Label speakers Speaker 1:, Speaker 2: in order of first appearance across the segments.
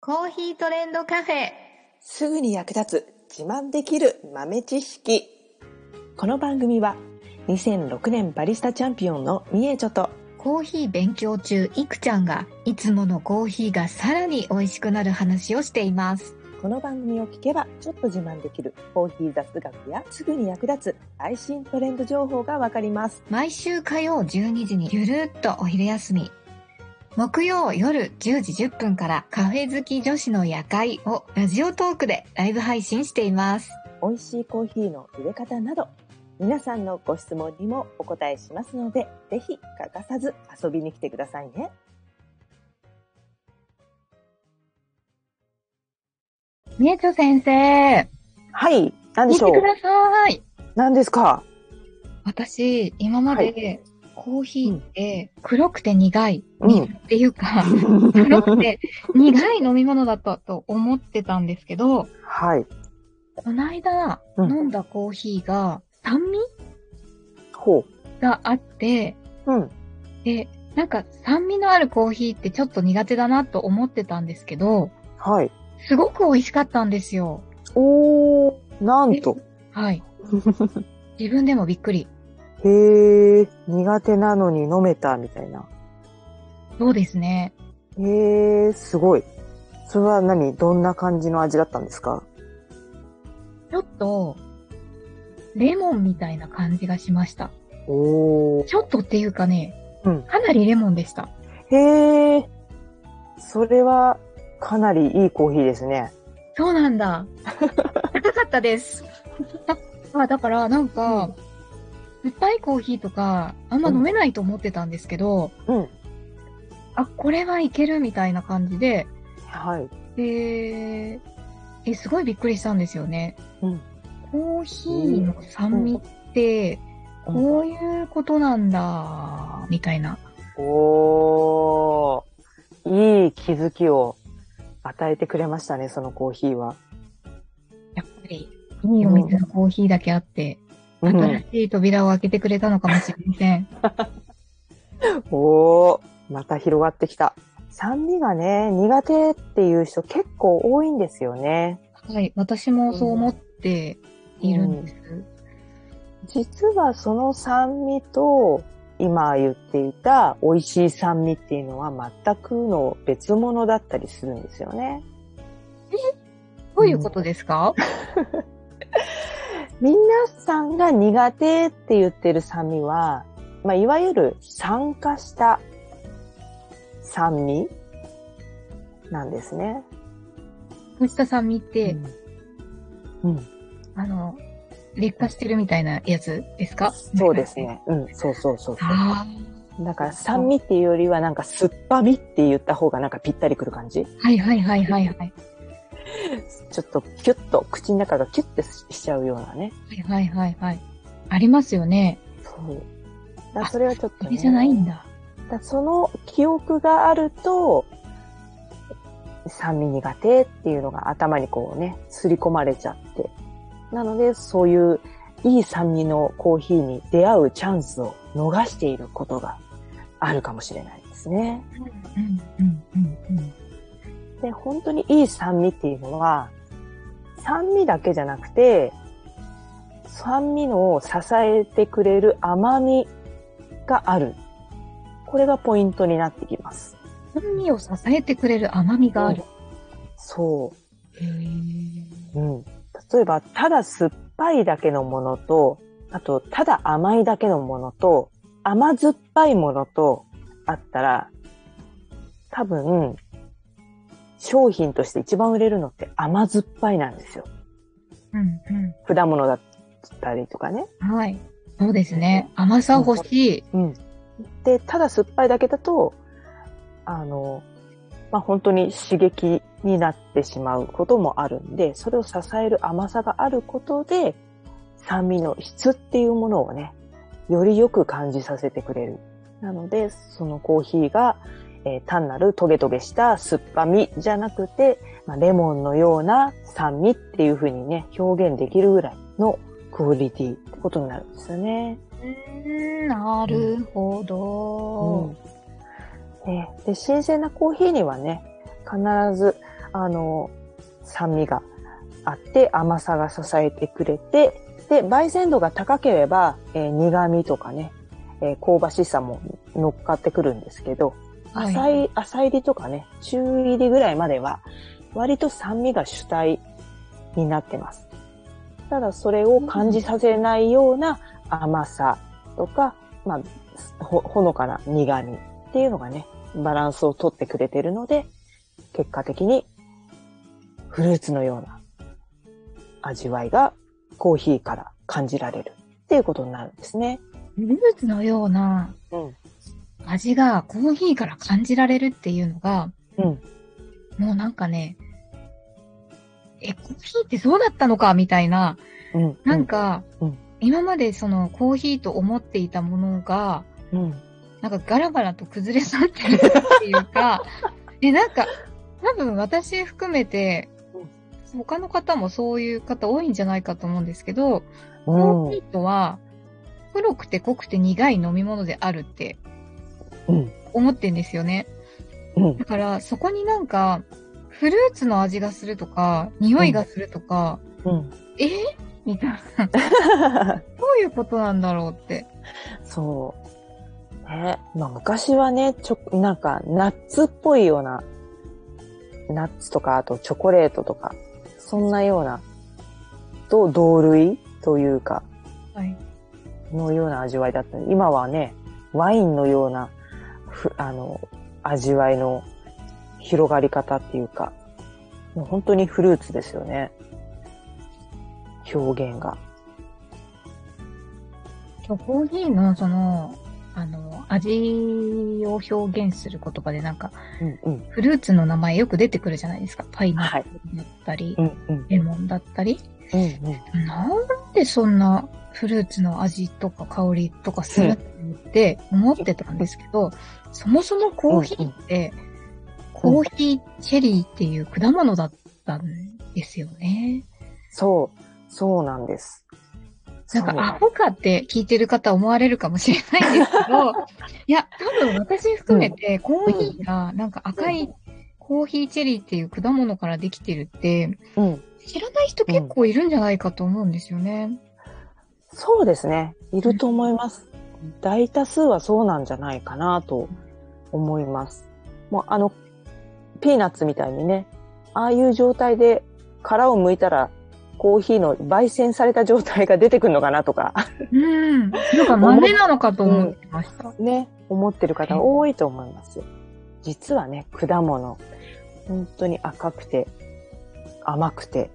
Speaker 1: コーヒートレンドカフェ。
Speaker 2: すぐに役立つ自慢できる豆知識。この番組は2006年バリスタチャンピオンのみえちょと
Speaker 1: コーヒー勉強中、いくちゃんが、いつものコーヒーがさらに美味しくなる話をしています。
Speaker 2: この番組を聞けばちょっと自慢できるコーヒー雑学やすぐに役立つ最新トレンド情報がわかります。
Speaker 1: 毎週火曜12時にゆるっとお昼休み。木曜夜10時10分からカフェ好き女子の夜会をラジオトークでライブ配信しています。
Speaker 2: 美味しいコーヒーの入れ方など皆さんのご質問にもお答えしますのでぜひ欠かさず遊びに来てくださいね。
Speaker 1: みえちょ先生、
Speaker 2: はい、何でしょう
Speaker 1: さい。
Speaker 2: 何ですか
Speaker 1: 私、今ま
Speaker 2: は
Speaker 1: でコーヒーって黒くて苦い、
Speaker 2: うん
Speaker 1: っていう か、黒くて苦い飲み物だったと思ってたんですけど、
Speaker 2: はい。
Speaker 1: この間
Speaker 2: うん
Speaker 1: 飲んだコーヒーが酸味
Speaker 2: ほ
Speaker 1: があって、
Speaker 2: う。うん。
Speaker 1: で、なんか酸味のあるコーヒーってちょっと苦手だなと思ってたんですけど、
Speaker 2: はい。
Speaker 1: すごく美味しかったんですよ。
Speaker 2: おー、なんと。
Speaker 1: はい。自分でもびっくり。
Speaker 2: へー、苦手なのに飲めたみたいな。
Speaker 1: そうですね。
Speaker 2: へー、すごい。それは何どんな感じの味だったんですか
Speaker 1: ちょっと、レモンみたいな感じがしました。
Speaker 2: おー。
Speaker 1: ちょっとっていうかね、
Speaker 2: うん
Speaker 1: かなりレモンでした。
Speaker 2: へー、それはかなりいいコーヒーですね。
Speaker 1: そうなん だ。高かったです。あだから、なんか、酸っぱいコーヒーとか、あんま飲めないと思ってたんですけど、
Speaker 2: うん。
Speaker 1: あ、これはいけるみたいな感じで、
Speaker 2: はい。
Speaker 1: で、え、すごいびっくりしたんですよね。
Speaker 2: うん
Speaker 1: コーヒーの酸味って、こういうことなんだ、みたいな。
Speaker 2: おー、いい気づきを与えてくれましたね、そのコーヒーは。
Speaker 1: やっぱり、いいお店のコーヒーだけあって、新しい扉を開けてくれたのかもしれま せん。
Speaker 2: おー、また広がってきた。酸味がね、苦手っていう人結構多いんですよね。
Speaker 1: はい、私もそう思っているんです。
Speaker 2: 実はその酸味と、今言っていた美味しい酸味っていうのは全くの別物だったりするんですよね。
Speaker 1: どういうことですか、
Speaker 2: 皆さんが苦手って言ってる酸味は、まあ、いわゆる酸化した酸味なんですね。
Speaker 1: こうした酸味って、
Speaker 2: うん、うん
Speaker 1: あの、劣化してるみたいなやつですか
Speaker 2: そうです。ね。うん、そうそうそうそう。
Speaker 1: あ
Speaker 2: だから酸味っていうよりはなんか酸っぱみって言った方がなんかぴったりくる感じ
Speaker 1: あ、はいはいはいはいはい。
Speaker 2: ちょっとキュッと口の中がキュッてしちゃうようなね。
Speaker 1: はいはいはいはい。ありますよね。
Speaker 2: そう。だからそれはちょっと
Speaker 1: こ
Speaker 2: ね。
Speaker 1: れじゃないんだ。
Speaker 2: だからその記憶があると、酸味苦手っていうのが頭にこうね、すり込まれちゃって。なので、そういういい酸味のコーヒーに出会うチャンスを逃していることがあるかもしれないですね。
Speaker 1: うんうんうんうん。
Speaker 2: で、本当にいい酸味っていうのは、酸味だけじゃなくて、酸味のを支えてくれる甘みがある。これがポイントになってきます。
Speaker 1: 酸味を支えてくれる甘みがある。
Speaker 2: そう。
Speaker 1: へー
Speaker 2: うん。例えば、ただ酸っぱいだけのものと、あと、ただ甘いだけのものと、甘酸っぱいものとあったら、多分、商品として一番売れるのって甘酸っぱいなんですよ。
Speaker 1: うん
Speaker 2: 果物だったりとかね。
Speaker 1: うん。はい。そうですね。甘さ欲しい。
Speaker 2: うん。で、ただ酸っぱいだけだと、あの、まあ、本当に刺激になってしまうこともあるんで、それを支える甘さがあることで、酸味の質っていうものをね、よりよく感じさせてくれる。なので、そのコーヒーが、えー単なるトゲトゲした酸っぱみじゃなくて、まあ、レモンのような酸味っていうふうにね、表現できるぐらいのクオリティってことになるんですよね。
Speaker 1: うん、なるほど。
Speaker 2: ねで新鮮なコーヒーにはね必ずあの、酸味があって、甘さが支えてくれて、で、焙煎度が高ければ、えー苦味とかね、えー香ばしさも乗っかってくるんですけど、
Speaker 1: はい
Speaker 2: 浅い、浅入りとかね、中入りぐらいまでは、割と酸味が主体になってます。ただ、それを感じさせないような甘さとか、まあ、ほ、ほのかな苦味っていうのがね、バランスをとってくれてるので、結果的に、フルーツのような味わいがコーヒーから感じられるっていうことになるんですね。
Speaker 1: フルーツのような
Speaker 2: うん
Speaker 1: 味がコーヒーから感じられるっていうのが、
Speaker 2: うん
Speaker 1: もうなんかね、え、コーヒーってそうだったのかみたいな、
Speaker 2: うん。
Speaker 1: なん、か、
Speaker 2: うん
Speaker 1: 今までそのコーヒーと思っていたものが、
Speaker 2: うん。
Speaker 1: なんかガラガラと崩れ去ってるっていう か、え、なんか、多分私含めて
Speaker 2: うん、
Speaker 1: 他の方もそういう方多いんじゃないかと思うんですけど、コ
Speaker 2: う
Speaker 1: ー
Speaker 2: ん
Speaker 1: ヒーとは、黒くて濃くて苦い飲み物であるって
Speaker 2: うん。
Speaker 1: 思ってんですよね。
Speaker 2: うん
Speaker 1: だから、そこになんか、フルーツの味がするとか、匂いがするとか、
Speaker 2: うん。
Speaker 1: えーみたいな。どういうことなんだろうって。
Speaker 2: そう。ね。まあ昔はね、ちょ、なんか、ナッツっぽいような、ナッツとか、あとチョコレートとか、そんなような、と同類というか、
Speaker 1: はい。
Speaker 2: のような味わいだった。今はね、ワインのような、ふあの、味わいの広がり方っていうか、もう本当にフルーツですよね。表現が。
Speaker 1: 今日コーヒーのその、あの、味を表現する言葉でなんか、
Speaker 2: うんうん。
Speaker 1: フルーツの名前よく出てくるじゃないですか。パイナップルだったり、
Speaker 2: うんうん。
Speaker 1: レモンだったり。
Speaker 2: うんうん。
Speaker 1: なんでそんなフルーツの味とか香りとかするって思ってたんですけど、そもそもコーヒーって、コーヒーチェリーっていう果物だったんですよね。
Speaker 2: そう。そうなんです。
Speaker 1: なん
Speaker 2: そう
Speaker 1: かアホかって聞いてる方思われるかもしれないんですけ ど、いや、多分私含めてコーヒーがなんか赤いコーヒーチェリーっていう果物からできてるって、
Speaker 2: うん。
Speaker 1: 知らない人結構いるんじゃないかと思うんですよね。
Speaker 2: そうですね。いると思います。大多数はそうなんじゃないかなと思います。もうあの、ピーナッツみたいにね、ああいう状態で殻を剥いたら、コーヒーの焙煎された状態が出てくるのかなとか、
Speaker 1: うん。なんか豆なのかと思ってました。
Speaker 2: ね、思ってる方多いと思いますよ。実はね、果物。本当に赤くて、甘くて、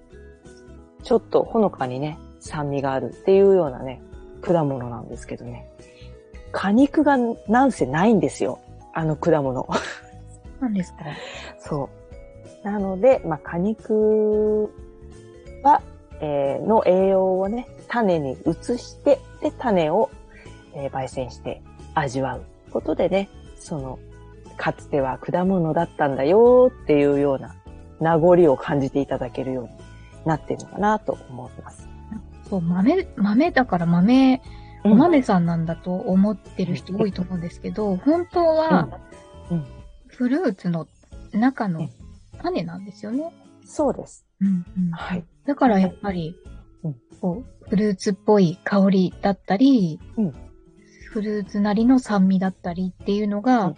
Speaker 2: ちょっとほのかにね、酸味があるっていうようなね、果物なんですけどね。果肉がなんせないんですよ。あの果物。
Speaker 1: なんですか
Speaker 2: そう。なので、まあ、果肉は、えーの栄養をね、種に移して、で、種を、えー焙煎して味わうことでね、その、かつては果物だったんだよっていうような名残を感じていただけるようになってるのかなと思います。
Speaker 1: そう、豆、豆だから豆、お
Speaker 2: うん
Speaker 1: 豆さんなんだと思ってる人多いと思うんですけど、本当は
Speaker 2: うんうん、
Speaker 1: フルーツの中
Speaker 2: う
Speaker 1: の
Speaker 2: ん
Speaker 1: 種なんですよね。
Speaker 2: そうです。
Speaker 1: うんうん
Speaker 2: はい。
Speaker 1: だからやっぱり
Speaker 2: うん、
Speaker 1: こう、フルーツっぽい香りだったり
Speaker 2: うん、
Speaker 1: フルーツなりの酸味だったりっていうのが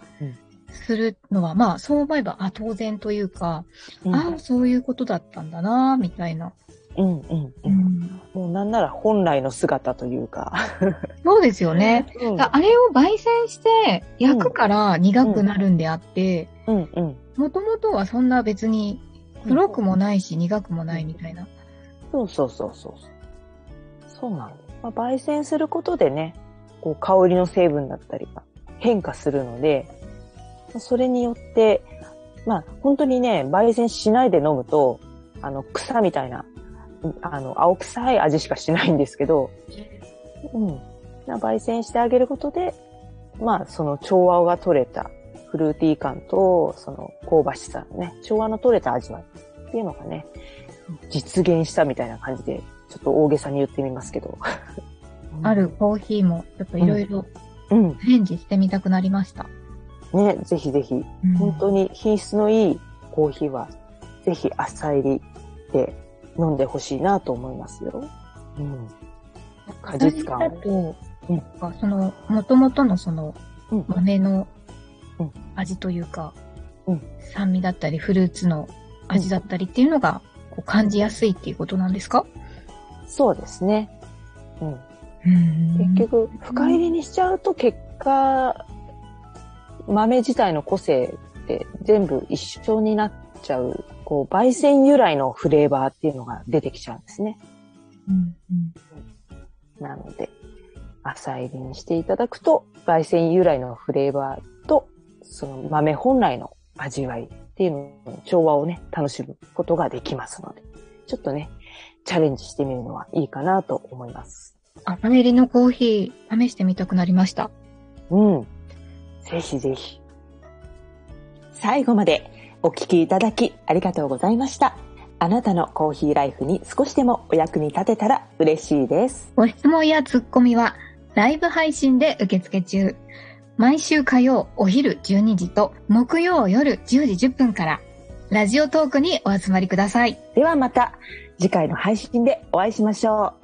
Speaker 1: するのは、まあそう思えば、あ、当然というか、
Speaker 2: うん
Speaker 1: ああ、そういうことだったんだな、みたいな。
Speaker 2: うんうんう。
Speaker 1: うんん
Speaker 2: もうなんなら本来の姿というか。
Speaker 1: そうですよね。
Speaker 2: うん
Speaker 1: ああれを焙煎して焼くから苦くなるんであって、
Speaker 2: うんうん。
Speaker 1: もともとはそんな別に黒くもないし苦くもないみたいな。
Speaker 2: そうそうそうそう。そうなんです。まあ、焙煎することでね、こう香りの成分だったりが変化するので、まあそれによって、まあ本当にね、焙煎しないで飲むと、あの草みたいな、うんあの青臭い味しかしないんですけど、うん。まあ焙煎してあげることで、まあその調和が取れたフルーティー感と、その香ばしさのね、調和の取れた味わいっていうのがね、実現したみたいな感じで、ちょっと大げさに言ってみます けど。
Speaker 1: ある。コーヒーもちょっといろいろ
Speaker 2: うん。
Speaker 1: アレンジしてみたくなりました。
Speaker 2: ね、ぜひぜひ、
Speaker 1: うん
Speaker 2: 本当に品質のいいコーヒーは、ぜひ朝入りで飲んでほしいなと思いますよ。うん。果実感
Speaker 1: だと、
Speaker 2: う
Speaker 1: な
Speaker 2: ん
Speaker 1: んかその、もともとのその、
Speaker 2: うん
Speaker 1: 豆の
Speaker 2: うん
Speaker 1: 味というか、
Speaker 2: うん
Speaker 1: 酸味だったり、フルーツの味だったりっていうのが、こう感じやすいっていうことなんですか
Speaker 2: そうですね。うん。
Speaker 1: うん
Speaker 2: 結局、深入りにしちゃうと結果、豆自体の個性って全部一緒になっちゃう、こう、焙煎由来のフレーバーっていうのが出てきちゃうんですね。
Speaker 1: うんうん
Speaker 2: なので、朝入りにしていただくと、焙煎由来のフレーバーと、その豆本来の味わいっていうのの調和をね、楽しむことができますので、ちょっとね、チャレンジしてみるのはいいかなと思います。
Speaker 1: あ、豆入りのコーヒー、試してみたくなりました。
Speaker 2: うん。ぜひぜひ。最後までお聞きいただきありがとうございました。あなたのコーヒーライフに少しでもお役に立てたら嬉しいです。
Speaker 1: ご質問やツッコミは、ライブ配信で受付中。毎週火曜お昼12時と、木曜夜10時10分から、ラジオトークにお集まりください。
Speaker 2: ではまた次回の配信でお会いしましょう。